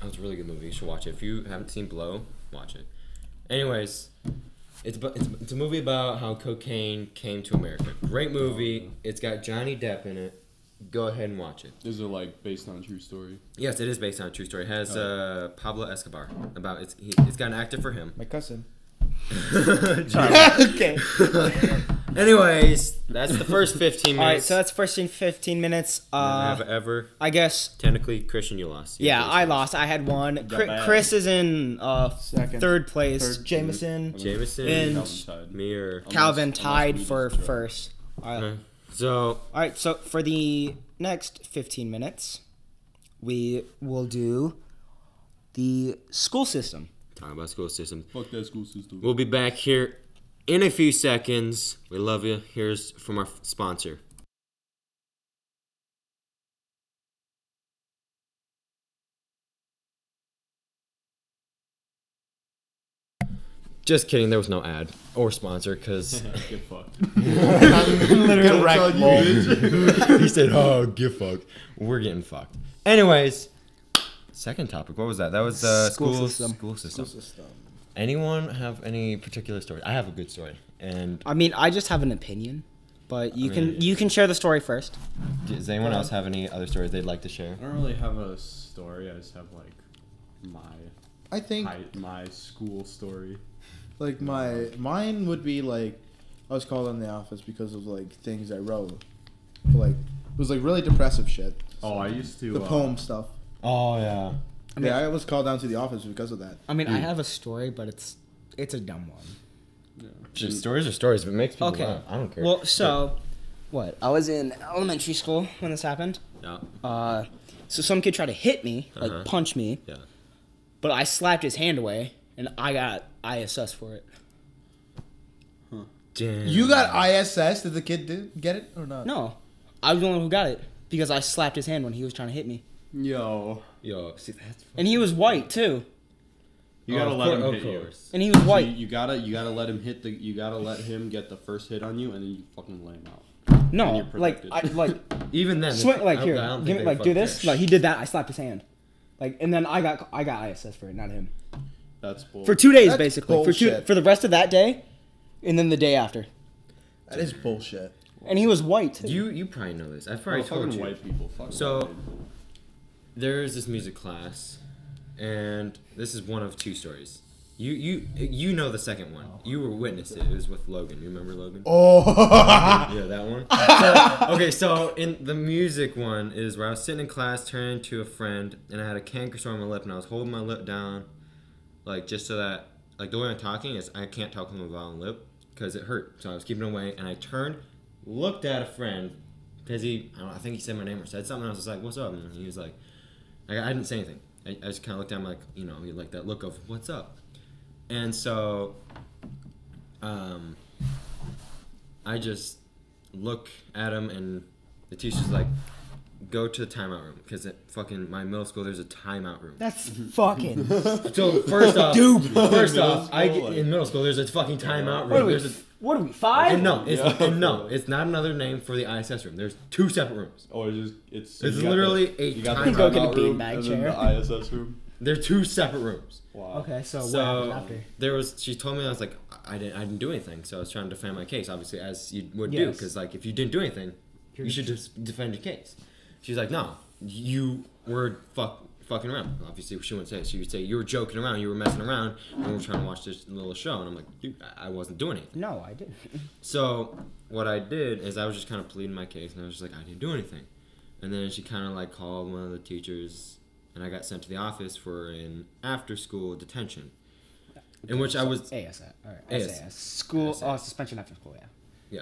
[SPEAKER 1] That was a really good movie. You should watch it if you haven't seen Blow. Watch it. Anyways, it's, about, it's it's a movie about how cocaine came to America. Great movie.
[SPEAKER 3] Uh-huh.
[SPEAKER 1] It's got Johnny Depp in it. Go ahead and watch it.
[SPEAKER 2] These are like based on true story.
[SPEAKER 1] Yes, it is based on a true story. It
[SPEAKER 3] Oh.
[SPEAKER 1] has uh, Pablo Escobar about it's he, it's got an actor for him.
[SPEAKER 2] (laughs)
[SPEAKER 3] (laughs)
[SPEAKER 4] My cousin.
[SPEAKER 1] Sorry.
[SPEAKER 4] okay.
[SPEAKER 1] Anyways, that's the first fifteen minutes.
[SPEAKER 3] (laughs) All right, so that's first in 15 minutes.
[SPEAKER 1] I've
[SPEAKER 3] Uh,
[SPEAKER 1] ever
[SPEAKER 3] I guess
[SPEAKER 1] technically Christian, you lost. You
[SPEAKER 3] Yeah,
[SPEAKER 1] lost.
[SPEAKER 3] I lost. I had one. Chri-
[SPEAKER 2] bad.
[SPEAKER 3] Chris is in uh,
[SPEAKER 4] Second.
[SPEAKER 3] third place.
[SPEAKER 4] Third.
[SPEAKER 3] Jameson,
[SPEAKER 1] Jameson
[SPEAKER 3] And-
[SPEAKER 1] me or
[SPEAKER 3] Calvin
[SPEAKER 2] Unless-
[SPEAKER 3] tied
[SPEAKER 2] unless we
[SPEAKER 3] for
[SPEAKER 2] just-
[SPEAKER 3] first. All right.
[SPEAKER 1] Okay. so
[SPEAKER 3] All right, so for the next 15 minutes, we will do the school system.
[SPEAKER 1] talking about school systems.
[SPEAKER 2] Fuck that school system.
[SPEAKER 1] We'll be back here in a few seconds. We love you. Here's from our sponsor. Just kidding. There was no ad or sponsor because
[SPEAKER 2] Get fucked.
[SPEAKER 1] (laughs) he said, "Oh, get fucked. We're getting fucked." Anyways, second topic. What was that? That was the
[SPEAKER 3] School
[SPEAKER 1] school,
[SPEAKER 3] system.
[SPEAKER 1] School system. Anyone have any particular story? I have a good story, and
[SPEAKER 3] I mean, I just have an opinion, but you
[SPEAKER 1] I
[SPEAKER 3] can
[SPEAKER 1] mean-
[SPEAKER 3] you can share the story first.
[SPEAKER 1] Does anyone else have any other stories they'd like to share?
[SPEAKER 2] I don't really have a story. I just have like my
[SPEAKER 4] I think
[SPEAKER 2] high, my school story.
[SPEAKER 4] like my mine would be like I was called in the office because of like things I wrote, But, like it was like really depressive shit.
[SPEAKER 2] Oh, I used to
[SPEAKER 4] The poem stuff.
[SPEAKER 1] Oh yeah.
[SPEAKER 4] Yeah, I was called down to the office because of that.
[SPEAKER 3] I mean, I have a story, but it's it's a dumb one.
[SPEAKER 1] Just stories are stories, but it makes people
[SPEAKER 3] Okay.
[SPEAKER 1] laugh. I don't care.
[SPEAKER 3] Well, so what? I was in elementary school when this happened.
[SPEAKER 1] yeah,
[SPEAKER 3] Uh, so some kid tried to hit me, like
[SPEAKER 1] Uh-huh.
[SPEAKER 3] punch me,
[SPEAKER 1] yeah.
[SPEAKER 3] but I slapped his hand away, and I got ISS for it.
[SPEAKER 1] Damn.
[SPEAKER 4] You got ISS? Did the kid do, get it or not?
[SPEAKER 3] No, I was the one who got it because I slapped his hand when he was trying to hit me,
[SPEAKER 2] Yo,
[SPEAKER 1] Yo, see that's. Fun.
[SPEAKER 3] and he was white too,
[SPEAKER 2] you gotta
[SPEAKER 1] Oh, of
[SPEAKER 2] let
[SPEAKER 1] cour-
[SPEAKER 2] him
[SPEAKER 1] of
[SPEAKER 2] hit you.
[SPEAKER 1] course.
[SPEAKER 3] and he was
[SPEAKER 2] So you.
[SPEAKER 3] white.
[SPEAKER 2] You gotta you gotta let him hit the. You gotta let him get the first hit on you, and then you fucking lay him out. and
[SPEAKER 3] No,
[SPEAKER 2] you're
[SPEAKER 3] like I
[SPEAKER 2] protected.
[SPEAKER 3] like
[SPEAKER 1] Even then,
[SPEAKER 3] swing, like
[SPEAKER 1] (laughs) I-
[SPEAKER 3] here,
[SPEAKER 1] I don't think
[SPEAKER 3] give me,
[SPEAKER 1] they
[SPEAKER 3] like do
[SPEAKER 1] fucking
[SPEAKER 3] this.
[SPEAKER 1] care.
[SPEAKER 3] Like he did that, I slapped his hand, like, and then I got I got ISS for it, not him.
[SPEAKER 2] That's bull.
[SPEAKER 3] For two days,
[SPEAKER 4] That's
[SPEAKER 3] basically, for two
[SPEAKER 4] bullshit.
[SPEAKER 3] for the rest of that day, and then the day after,
[SPEAKER 4] That is bullshit.
[SPEAKER 3] and he was white too.
[SPEAKER 1] you you probably know this. I've
[SPEAKER 2] Bro,
[SPEAKER 1] probably told
[SPEAKER 2] Oh, fucking
[SPEAKER 1] you.
[SPEAKER 2] white people. Fucking
[SPEAKER 1] So-
[SPEAKER 2] white people.
[SPEAKER 1] there is this music class, and this is one of two stories. You you you know the second one. You were witness to it. It was with Logan. You remember Logan?
[SPEAKER 4] (laughs) Oh.
[SPEAKER 1] Yeah, that one. So- okay, so in the music one is where I was sitting in class, turning to a friend, and I had a canker sore on my lip, and I was holding my lip down, like just so that like the way I'm talking is I can't talk with my violent lip because it hurt. So I was keeping it away, and I turned, looked at a friend, because he I, don't know, I think he said my name or said something. I was just like, "What's up?" And he was like, I, I didn't say anything. I, I just kind of looked at him like you know like that look of "What's up?" And so, um, I just look at him, and the teacher's like, "Go to the timeout room," because at fucking my middle school, there's a timeout room.
[SPEAKER 3] That's
[SPEAKER 1] (laughs)
[SPEAKER 3] fucking.
[SPEAKER 1] So
[SPEAKER 3] (laughs)
[SPEAKER 1] first off,
[SPEAKER 3] Dude.
[SPEAKER 1] first
[SPEAKER 2] Middle
[SPEAKER 1] off, I
[SPEAKER 2] school,
[SPEAKER 1] get,
[SPEAKER 2] like-
[SPEAKER 1] in middle school, there's a fucking timeout
[SPEAKER 3] What are
[SPEAKER 1] room.
[SPEAKER 3] we?
[SPEAKER 1] There's a
[SPEAKER 3] what are we? Five?
[SPEAKER 1] and no, it's
[SPEAKER 2] Yeah.
[SPEAKER 1] and no, it's not another name for the ISS room. There's two separate rooms.
[SPEAKER 2] Or Oh, it's just it's. so
[SPEAKER 1] It's
[SPEAKER 2] you got
[SPEAKER 1] literally
[SPEAKER 2] the,
[SPEAKER 1] a
[SPEAKER 2] you got
[SPEAKER 1] time-
[SPEAKER 2] the
[SPEAKER 1] Go
[SPEAKER 3] get a
[SPEAKER 2] timeout room
[SPEAKER 3] beanbag
[SPEAKER 2] and then
[SPEAKER 3] chair.
[SPEAKER 2] The ISS room.
[SPEAKER 1] They're two separate rooms.
[SPEAKER 2] Wow.
[SPEAKER 3] Okay, so,
[SPEAKER 1] So
[SPEAKER 3] what happened
[SPEAKER 1] there was. She told me I was like, I I didn't, I didn't do anything. So I was trying to defend my case, obviously, as you would do,
[SPEAKER 3] Yes.
[SPEAKER 1] because like if you didn't do anything, you should just defend your case. She's like, no, you were fuck fucking around. Obviously, she wouldn't say. it. She would say you were joking around, you were messing around, when we were trying to watch this little show. And I'm like, dude, I- I wasn't doing anything.
[SPEAKER 3] after? No, I didn't. (laughs)
[SPEAKER 1] So what I did is I was just kind of pleading my case, and I was just like, I didn't do anything. And then she kind of like called one of the teachers, and I got sent to the office for an after-school detention, in which I was
[SPEAKER 3] AS. All right.
[SPEAKER 1] AS.
[SPEAKER 3] AS. School.
[SPEAKER 1] AS.
[SPEAKER 3] Uh, suspension after school. Yeah.
[SPEAKER 1] yeah.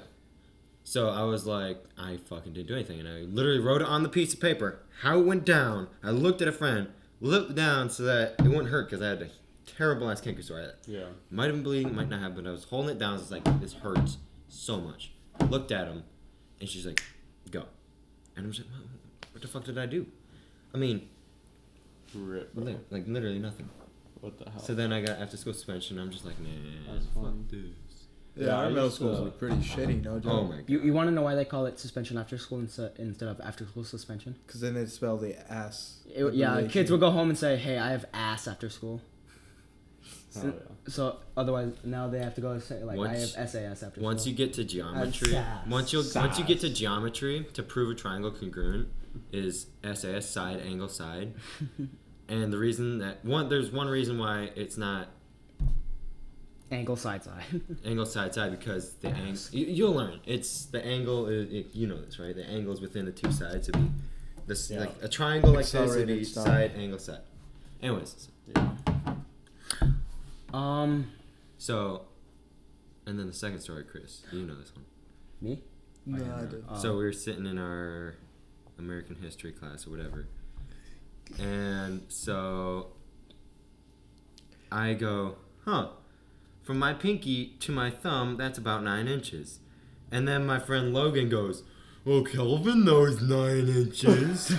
[SPEAKER 1] So I was like, I fucking didn't do anything, and I literally wrote it on the piece of paper how it went down. I looked at a friend, looked down so that it wouldn't hurt because I had a terrible ass canker sore. I-
[SPEAKER 2] Yeah.
[SPEAKER 1] Might have been bleeding, might not have, but I was holding it down. It's like this hurts so much. Looked at him, and she's like, "Go," and I was like, "What- "What the fuck did I do?" I mean,
[SPEAKER 2] Rip. bro.
[SPEAKER 1] li- like literally nothing.
[SPEAKER 2] What the hell?
[SPEAKER 1] So then I got after school suspension. I'm just like, nah.
[SPEAKER 2] That's fun, dudes.
[SPEAKER 4] Yeah, our middle schools
[SPEAKER 3] uh,
[SPEAKER 4] were
[SPEAKER 2] like
[SPEAKER 4] pretty shitty, no joke.
[SPEAKER 1] Oh my god.
[SPEAKER 3] You, you want to know why they call it suspension after school instead instead of after school suspension?
[SPEAKER 4] Because then they'd spell the ass.
[SPEAKER 3] It, yeah, kids will go home and say, "Hey, I have ass after school."
[SPEAKER 2] Oh, yeah.
[SPEAKER 3] So otherwise, now they have to go say, like
[SPEAKER 1] Once-
[SPEAKER 3] I have SAS after.
[SPEAKER 1] Once
[SPEAKER 3] school.
[SPEAKER 1] you get to geometry,
[SPEAKER 3] sass.
[SPEAKER 1] once you once you get to geometry to prove a triangle congruent is SAS side angle side, and the reason that one there's one reason why it's not
[SPEAKER 3] angle side side. (laughs)
[SPEAKER 1] angle side side because the angle you, you'll learn it's the angle is it, you know this right the angle is within the two sides it'd be this
[SPEAKER 2] Yeah.
[SPEAKER 1] like a triangle like this would
[SPEAKER 4] Accelerated
[SPEAKER 1] be
[SPEAKER 4] stuff.
[SPEAKER 1] side angle side. Anyways,
[SPEAKER 3] um,
[SPEAKER 1] so and then the second story, Chris, you know this one. (laughs)
[SPEAKER 3] me.
[SPEAKER 4] No,
[SPEAKER 3] (laughs)
[SPEAKER 4] I didn't.
[SPEAKER 3] Uh,
[SPEAKER 1] So we were sitting in our American history class or whatever. And so I go, huh, from my pinky to my thumb, that's about nine inches. And then my friend Logan goes, well, Kelvin knows nine inches.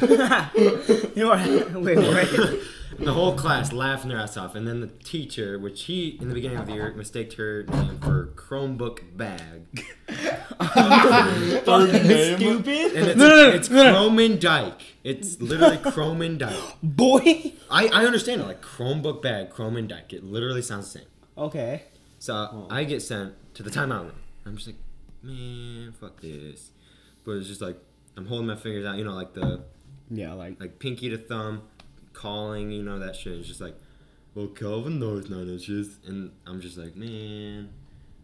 [SPEAKER 3] you are (laughs) wait wait.
[SPEAKER 1] the whole class laughing their ass off. And then the teacher, which he, in the beginning of the year, mistaked her name for Chromebook bag.
[SPEAKER 2] Name?
[SPEAKER 3] Stupid.
[SPEAKER 1] And it's,
[SPEAKER 3] No, no, no,
[SPEAKER 1] it's
[SPEAKER 3] no, no.
[SPEAKER 1] Croman Dyke. It's literally Croman Dyke.
[SPEAKER 3] Boy.
[SPEAKER 1] I, I understand it, like Chromebook bag, Chrome and Deck. It literally sounds the same.
[SPEAKER 3] Okay.
[SPEAKER 1] So I get sent to the timeout. room. I'm just like, man, fuck this. But it's just like I'm holding my fingers out, you know, like the
[SPEAKER 3] Yeah, like
[SPEAKER 1] like pinky to thumb, calling, you know, that shit. It's just like, well, Kelvin knows nine inches, and I'm just like, man.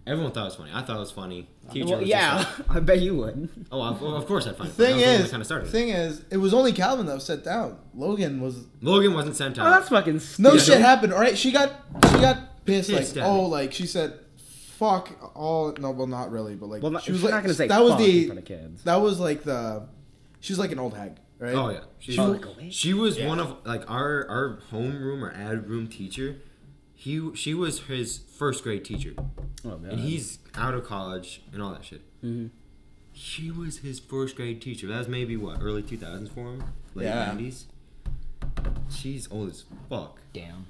[SPEAKER 1] Everyone thought it was funny. I thought it was funny. Teacher
[SPEAKER 3] well,
[SPEAKER 1] was just
[SPEAKER 3] yeah.
[SPEAKER 1] like,
[SPEAKER 3] (laughs) I bet you would.
[SPEAKER 1] oh, of, of course I find it.
[SPEAKER 4] Thing
[SPEAKER 1] funny. I was the one that
[SPEAKER 4] is,
[SPEAKER 1] kind of started. it.
[SPEAKER 4] thing is, it was only Calvin that was set down. Logan was
[SPEAKER 1] Logan wasn't sent
[SPEAKER 3] Oh,
[SPEAKER 1] out.
[SPEAKER 3] that's fucking stupid.
[SPEAKER 4] no shit happened. All right, she got she got pissed.
[SPEAKER 1] She
[SPEAKER 4] like
[SPEAKER 1] stabbed
[SPEAKER 4] oh, like she said, "Fuck all." No, well, not really, but like
[SPEAKER 3] Well, not,
[SPEAKER 4] she was
[SPEAKER 3] she's
[SPEAKER 4] like
[SPEAKER 3] not gonna say
[SPEAKER 4] that was
[SPEAKER 3] in
[SPEAKER 4] the
[SPEAKER 3] front of kids.
[SPEAKER 4] that was like the she was like an old hag, right?
[SPEAKER 1] Oh yeah, she,
[SPEAKER 3] Oh, like a witch?
[SPEAKER 1] she was one of like our our homeroom or ad room teacher. He she was his first grade teacher,
[SPEAKER 3] Oh, God.
[SPEAKER 1] and he's out of college and all that shit.
[SPEAKER 3] Mhm.
[SPEAKER 1] She was his first grade teacher. That was maybe what early two thousands for him, late
[SPEAKER 4] Yeah.
[SPEAKER 1] nineties. She's old as fuck.
[SPEAKER 3] damn.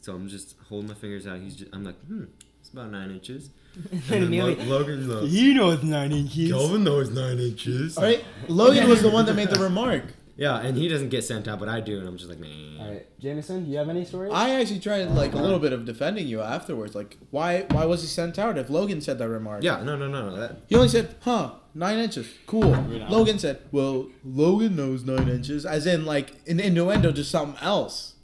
[SPEAKER 1] So I'm just holding my fingers out. He's just, I'm like, hmm, it's about nine inches. And
[SPEAKER 3] (laughs) And
[SPEAKER 1] then Lo-
[SPEAKER 3] immediately-
[SPEAKER 1] Logan's like,
[SPEAKER 3] You know it's nine inches.
[SPEAKER 1] Kelvin knows nine inches.
[SPEAKER 4] All right, Logan was the one that made the remark.
[SPEAKER 1] Yeah, and he doesn't get sent out, but I do, and I'm just like, man.
[SPEAKER 3] All right, Jameson, do you have any stories?
[SPEAKER 4] I actually tried like a little bit of defending you afterwards. Like, why why was he sent out if Logan said that remark?
[SPEAKER 1] Yeah, no, no, no, no. That,
[SPEAKER 4] He only said, huh, nine inches. Cool.
[SPEAKER 2] know.
[SPEAKER 4] Logan said, well, Logan knows nine inches, as in, like, an innuendo, just something else.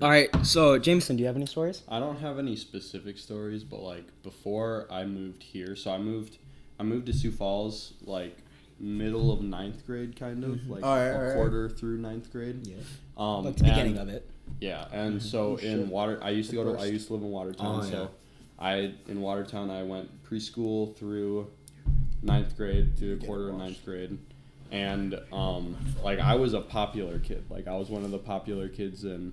[SPEAKER 3] All right, so Jameson, do you have any stories?
[SPEAKER 2] I don't have any specific stories, but like before I moved here, so I moved, I moved to Sioux Falls like middle of ninth grade, kind of
[SPEAKER 3] Mm-hmm.
[SPEAKER 2] like
[SPEAKER 4] Alright,
[SPEAKER 2] a
[SPEAKER 4] alright.
[SPEAKER 2] quarter through ninth grade.
[SPEAKER 3] Yeah.
[SPEAKER 2] Um,
[SPEAKER 3] Like the beginning
[SPEAKER 2] and-
[SPEAKER 3] of it. Oh,
[SPEAKER 2] Yeah,
[SPEAKER 3] (laughs)
[SPEAKER 2] and so in water, I used to go to, I used to live in Watertown,
[SPEAKER 1] Oh, yeah.
[SPEAKER 2] so I in Watertown I went preschool through ninth grade through a quarter of ninth grade, and um, like I was a popular kid, like I was one of the popular kids in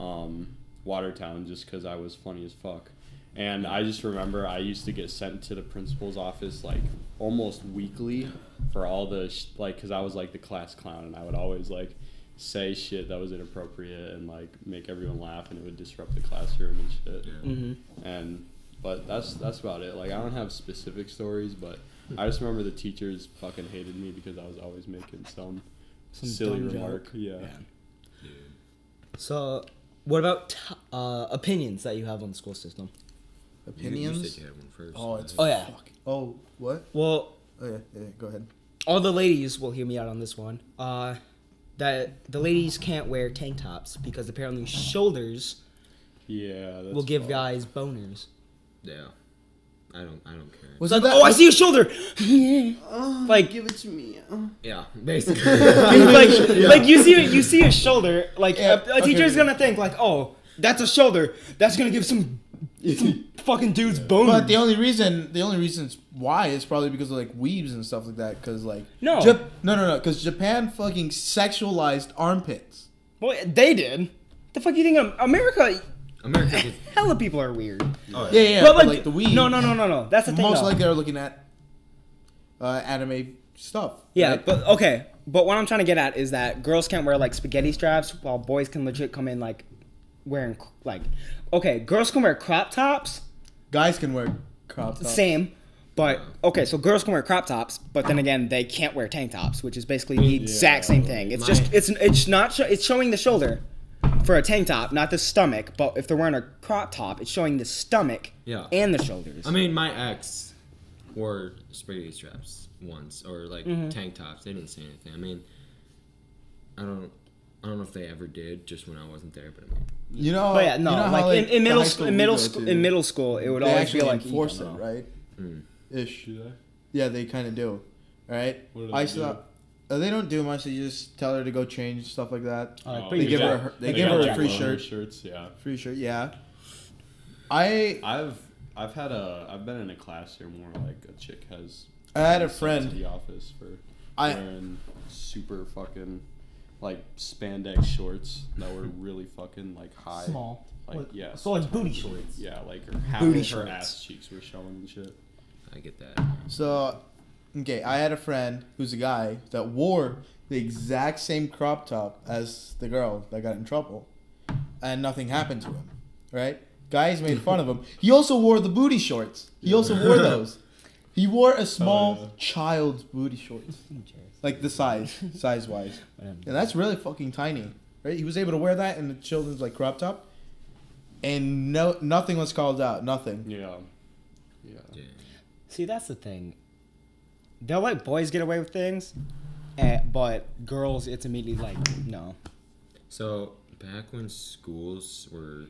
[SPEAKER 2] um, Watertown just because I was funny as fuck. And I just remember I used to get sent to the principal's office like almost weekly for all the sh- like because I was like the class clown and I would always like say shit that was inappropriate and like make everyone laugh and it would disrupt the classroom and shit.
[SPEAKER 5] Mm-hmm.
[SPEAKER 2] And but that's that's about it. Like I don't have specific stories, but I just remember the teachers fucking hated me because I was always making some, silly
[SPEAKER 3] dumb
[SPEAKER 2] remark.
[SPEAKER 3] joke.
[SPEAKER 2] Yeah.
[SPEAKER 5] So, what about t- uh, opinions that you have on the school system?
[SPEAKER 1] You, you said
[SPEAKER 4] Opinions?
[SPEAKER 1] you had one first.
[SPEAKER 4] Oh, it's.
[SPEAKER 5] Oh, yeah.
[SPEAKER 4] Fuck. Oh, what?
[SPEAKER 5] Well,
[SPEAKER 4] Oh, yeah, yeah, go ahead.
[SPEAKER 5] all the ladies will hear me out on this one. Uh, that the ladies can't wear tank tops because apparently shoulders
[SPEAKER 2] Yeah. That's
[SPEAKER 5] will give
[SPEAKER 2] fucked.
[SPEAKER 5] guys boners.
[SPEAKER 1] yeah. I don't. I don't care.
[SPEAKER 5] It's like, oh, I see a
[SPEAKER 3] (laughs)
[SPEAKER 5] shoulder. like,
[SPEAKER 4] Give it to me.
[SPEAKER 1] Yeah, basically. (laughs)
[SPEAKER 5] (laughs) like, like you see, you see a shoulder. Like
[SPEAKER 4] Yeah,
[SPEAKER 5] a, a teacher's
[SPEAKER 4] okay.
[SPEAKER 5] gonna think, like, oh, that's a shoulder. That's gonna give some,
[SPEAKER 4] (laughs)
[SPEAKER 5] some fucking dudes
[SPEAKER 4] But
[SPEAKER 5] boners.
[SPEAKER 4] the only reason, the only reasons why is probably because of like weaves and stuff like that. Because like
[SPEAKER 5] No.
[SPEAKER 4] Jap- no, no, no. Because Japan fucking sexualized armpits.
[SPEAKER 5] Well, they did. The fuck you think? of- America,
[SPEAKER 1] America. Gets,
[SPEAKER 4] (laughs)
[SPEAKER 5] hella people are weird.
[SPEAKER 1] oh,
[SPEAKER 4] Yeah, yeah. yeah, But, like, the weaves.
[SPEAKER 5] No, no, no, no, no. That's the thing.
[SPEAKER 4] most
[SPEAKER 5] though.
[SPEAKER 4] likely are looking at uh, anime stuff.
[SPEAKER 5] Yeah,
[SPEAKER 4] right?
[SPEAKER 5] but okay. But what I'm trying to get at is that girls can't wear like spaghetti straps, while boys can legit come in like wearing c- like, okay, girls can wear crop tops,
[SPEAKER 4] guys can wear crop tops.
[SPEAKER 5] same, but okay, so girls can wear crop tops, but then again, they can't wear tank tops, which is basically the exact same thing. It's
[SPEAKER 1] my-
[SPEAKER 5] just it's it's not sho- it's showing the shoulder. for a tank top, not the stomach, but if they're wearing a crop top, it's showing the stomach
[SPEAKER 1] Yeah.
[SPEAKER 5] and the shoulders.
[SPEAKER 1] I mean, my ex wore spaghetti straps once, or like
[SPEAKER 4] Mm-hmm.
[SPEAKER 1] tank tops. They didn't say anything. I mean, I don't, I don't know if they ever did, just when I wasn't there. But I mean,
[SPEAKER 2] You know,
[SPEAKER 5] but Oh, yeah, no,
[SPEAKER 2] you know how,
[SPEAKER 5] like, in, in
[SPEAKER 2] the
[SPEAKER 5] middle
[SPEAKER 2] high
[SPEAKER 5] school, in middle
[SPEAKER 2] we go
[SPEAKER 5] school,
[SPEAKER 2] to,
[SPEAKER 5] in middle school, it would
[SPEAKER 4] They
[SPEAKER 5] always be
[SPEAKER 4] actually
[SPEAKER 5] like
[SPEAKER 4] enforce it,
[SPEAKER 5] emo.
[SPEAKER 4] right?
[SPEAKER 2] Hmm.
[SPEAKER 1] Mm.
[SPEAKER 4] Ish.
[SPEAKER 2] Should I?
[SPEAKER 4] Yeah, they kind of do. Right?
[SPEAKER 2] What do they
[SPEAKER 4] I
[SPEAKER 2] do?
[SPEAKER 4] saw. uh, they don't do much. They just tell her to go change stuff like that.
[SPEAKER 3] Uh,
[SPEAKER 2] Oh,
[SPEAKER 3] pretty
[SPEAKER 4] They give her a,
[SPEAKER 3] jack-
[SPEAKER 4] her- they give her a
[SPEAKER 3] jack
[SPEAKER 4] free
[SPEAKER 2] Jack
[SPEAKER 4] shirt.
[SPEAKER 2] London Shirts, yeah.
[SPEAKER 4] Free shirt. Yeah. I
[SPEAKER 2] I've I've had a I've been in a class here more like a chick has.
[SPEAKER 4] I had a
[SPEAKER 2] sent to
[SPEAKER 4] friend.
[SPEAKER 2] the office for
[SPEAKER 4] I-
[SPEAKER 2] wearing super fucking like spandex shorts that were really fucking like high.
[SPEAKER 3] Small.
[SPEAKER 2] Like
[SPEAKER 3] What-
[SPEAKER 2] yeah.
[SPEAKER 3] So like booty shorts.
[SPEAKER 2] yeah, like her half
[SPEAKER 5] Booty
[SPEAKER 2] of her
[SPEAKER 5] shorts.
[SPEAKER 2] ass cheeks were showing and shit.
[SPEAKER 1] I get that.
[SPEAKER 4] So, okay, I had a friend who's a guy that wore the exact same crop top as the girl that got in trouble, and nothing happened to him. Right? Guys made fun of him. He also wore the booty shorts. He also wore those. He wore a small
[SPEAKER 2] yeah.
[SPEAKER 4] child's booty shorts, like the size, size wise, and that's really fucking tiny. Right? He was able to wear that in the children's like crop top, and no, nothing was called out. Nothing.
[SPEAKER 2] Yeah. Yeah.
[SPEAKER 1] Yeah.
[SPEAKER 5] See, that's the thing. They'll let boys get away with things, eh, but girls, it's immediately like no.
[SPEAKER 1] So back when schools were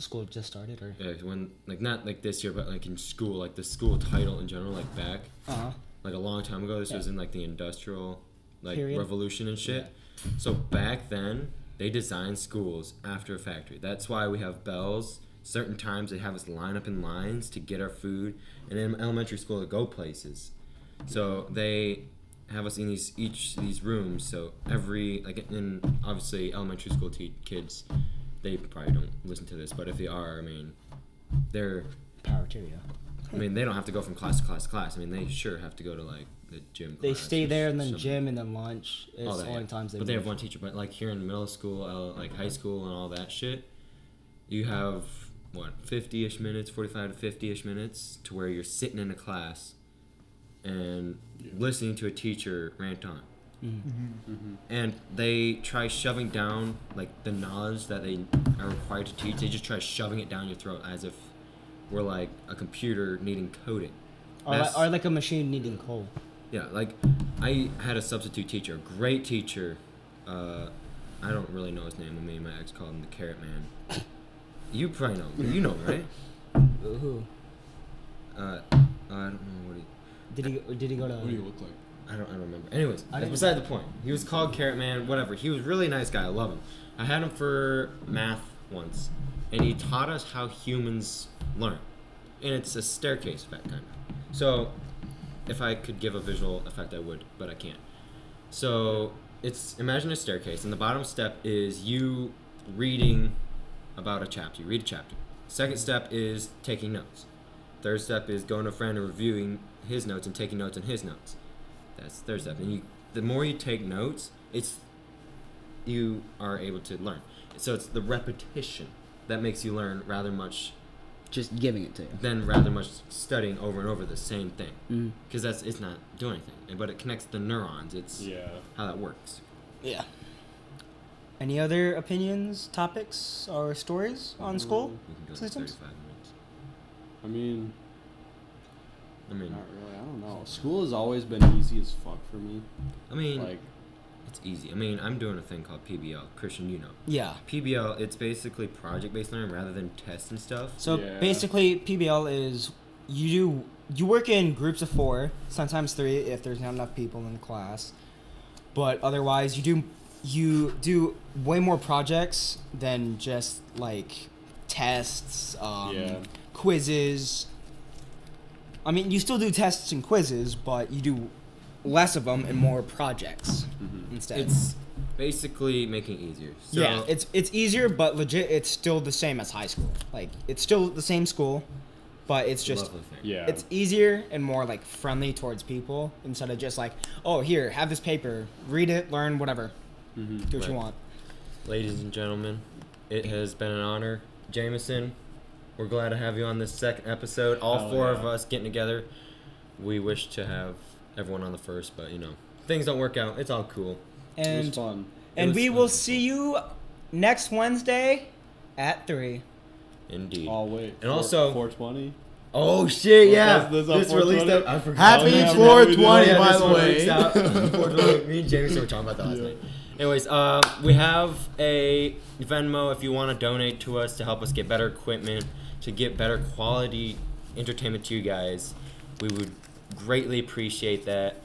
[SPEAKER 5] School just started, or
[SPEAKER 1] like when like not like this year, but like in school, like the school title in general, like back
[SPEAKER 5] uh huh.
[SPEAKER 1] like a long time ago. This was in like the industrial like
[SPEAKER 5] Period.
[SPEAKER 1] revolution and shit. So back then they designed schools after a factory. That's why we have bells. Certain times they have us line up in lines to get our food, and in elementary school to go places. So they have us in these each these rooms. So every like in obviously elementary school te- kids, they probably don't listen to this, but if they are, I mean, they're
[SPEAKER 5] Power to you.
[SPEAKER 1] I mean, they don't have to go from class to class to class. I mean, they sure have to go to like the gym.
[SPEAKER 3] They
[SPEAKER 1] class
[SPEAKER 3] stay
[SPEAKER 1] or
[SPEAKER 3] there and then
[SPEAKER 1] something.
[SPEAKER 3] gym and then lunch. It's
[SPEAKER 1] All that,
[SPEAKER 3] the only
[SPEAKER 1] yeah.
[SPEAKER 3] times they.
[SPEAKER 1] But Oh, they have
[SPEAKER 3] move.
[SPEAKER 1] one teacher. But like here in middle school, uh, like high school, and all that shit, you have what fifty-ish minutes, forty-five to fifty-ish minutes, to where you're sitting in a class and listening to a teacher rant on.
[SPEAKER 3] Mm-hmm.
[SPEAKER 1] And they try shoving down like the knowledge that they are required to teach. They just try shoving it down your throat as if we're like a computer needing coding.
[SPEAKER 3] Or,
[SPEAKER 1] That's-
[SPEAKER 3] like, or like a machine needing coal.
[SPEAKER 1] yeah, like I had a substitute teacher, a great teacher. Uh, I don't really know his name. I mean, my ex called him the Carrot Man. You probably know. You know, right?
[SPEAKER 3] Who?
[SPEAKER 1] Uh, I don't know what he.
[SPEAKER 3] Did he? Did he go to?
[SPEAKER 2] What do you look like?
[SPEAKER 1] I don't, I don't remember. Anyways, that's
[SPEAKER 3] I didn't-
[SPEAKER 1] beside the point. He was called Carrot Man, whatever. He was a really nice guy. I love him. I had him for math once, and he taught us how humans learn. And it's a staircase effect, kind of. So, if I could give a visual effect, I would, but I can't. So, it's imagine a staircase, and the bottom step is you reading about a chapter. You read a chapter. Second step is taking notes. Third step is going to a friend and reviewing his notes and taking notes on his notes. That's third step. And you, the more you take notes, it's you are able to learn. So it's the repetition that makes you learn rather much
[SPEAKER 5] Just giving it to you.
[SPEAKER 1] than rather much studying over and over the same
[SPEAKER 3] Mm.
[SPEAKER 1] thing. Because that's it's not doing anything. And- But it connects the neurons. It's
[SPEAKER 2] Yeah.
[SPEAKER 1] how that works.
[SPEAKER 3] Yeah. Any other opinions, topics, or stories on school?
[SPEAKER 5] Mm.
[SPEAKER 1] We can go like
[SPEAKER 3] Systems?
[SPEAKER 1] 35 minutes.
[SPEAKER 2] I mean,
[SPEAKER 1] I mean,
[SPEAKER 2] not really. I don't know. School has always been easy as fuck for me.
[SPEAKER 1] I mean,
[SPEAKER 2] Like,
[SPEAKER 1] it's easy. I mean, I'm doing a thing called PBL. Christian, you know.
[SPEAKER 3] Yeah.
[SPEAKER 1] PBL, it's basically project-based learning rather than tests and stuff.
[SPEAKER 3] So
[SPEAKER 2] Yeah.
[SPEAKER 3] basically, PBL is you do you work in groups of four, sometimes three if there's not enough people in the class, but otherwise you do you do way more projects than just like tests, um,
[SPEAKER 2] Yeah.
[SPEAKER 3] quizzes. I mean, you still do tests and quizzes, but you do less of them and more projects
[SPEAKER 2] Mm-hmm.
[SPEAKER 3] instead.
[SPEAKER 1] It's basically making it easier. So,
[SPEAKER 3] yeah, it's it's easier, but legit, it's still the same as high school. Like it's still the same school, but it's just
[SPEAKER 1] lovely thing.
[SPEAKER 2] yeah.
[SPEAKER 3] it's easier and more like friendly towards people instead of just like, oh, here, have this paper, read it, learn whatever,
[SPEAKER 2] Mm-hmm.
[SPEAKER 3] do what you
[SPEAKER 1] Right.
[SPEAKER 3] want.
[SPEAKER 1] Ladies and gentlemen, it has been an honor. Jameson, we're glad to have you on this second episode. All
[SPEAKER 2] Hell
[SPEAKER 1] four
[SPEAKER 2] yeah.
[SPEAKER 1] of us getting together. We wish to have everyone on the first, but you know, things don't work out. It's all cool.
[SPEAKER 2] it was
[SPEAKER 3] And
[SPEAKER 2] fun.
[SPEAKER 3] and
[SPEAKER 1] was
[SPEAKER 3] we
[SPEAKER 1] fun.
[SPEAKER 3] will see you
[SPEAKER 5] next Wednesday at three.
[SPEAKER 1] Indeed.
[SPEAKER 2] Oh wait.
[SPEAKER 1] And also-
[SPEAKER 2] 420.
[SPEAKER 1] Oh shit! Yeah,
[SPEAKER 2] That's- that's on
[SPEAKER 1] this released.
[SPEAKER 2] 420?
[SPEAKER 1] Out, I forgot.
[SPEAKER 2] Oh,
[SPEAKER 1] Yeah,
[SPEAKER 2] yeah,
[SPEAKER 1] yeah, yeah,
[SPEAKER 2] we- we did.
[SPEAKER 4] 420,
[SPEAKER 1] this
[SPEAKER 4] by the
[SPEAKER 1] one released
[SPEAKER 4] way. (laughs)
[SPEAKER 1] out 420. Me and James were talking about that last night. Anyways, uh, we have a Venmo if you want to donate to us to help us get better equipment, to get better quality entertainment to you guys. We would greatly appreciate that.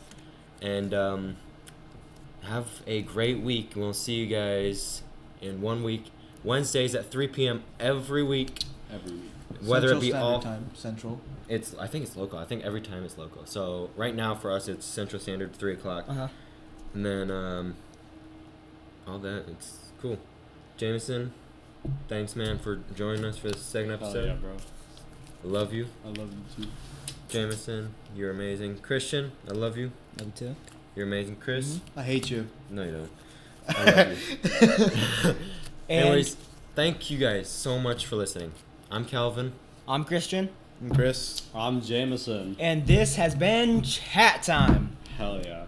[SPEAKER 1] And um, have a great week. We'll see you guys in one week. Wednesdays at 3 p.m. every week,
[SPEAKER 2] Every week.
[SPEAKER 1] whether
[SPEAKER 6] Central
[SPEAKER 1] it be
[SPEAKER 6] Standard
[SPEAKER 1] all
[SPEAKER 6] time. Central.
[SPEAKER 1] it's I think it's local. I think every time it's local. So right now for us it's Central Standard three o'clock,
[SPEAKER 5] Uh huh.
[SPEAKER 1] and then um, all that it's cool. Jameson, thanks man for joining us for the second
[SPEAKER 2] Oh
[SPEAKER 1] episode.
[SPEAKER 2] yeah, bro.
[SPEAKER 1] I love you,
[SPEAKER 2] I love you too.
[SPEAKER 1] Jameson. You're amazing, Christian. I love you.
[SPEAKER 5] Love you too.
[SPEAKER 1] You're amazing, Chris.
[SPEAKER 6] I hate you.
[SPEAKER 1] No, you don't. I love you.
[SPEAKER 5] And-
[SPEAKER 1] Anyways, thank you guys so much for listening. I'm Calvin.
[SPEAKER 5] I'm Christian,
[SPEAKER 4] Chris.
[SPEAKER 2] (laughs) I'm Jameson.
[SPEAKER 5] and this has been Chat Time.
[SPEAKER 2] Hell yeah.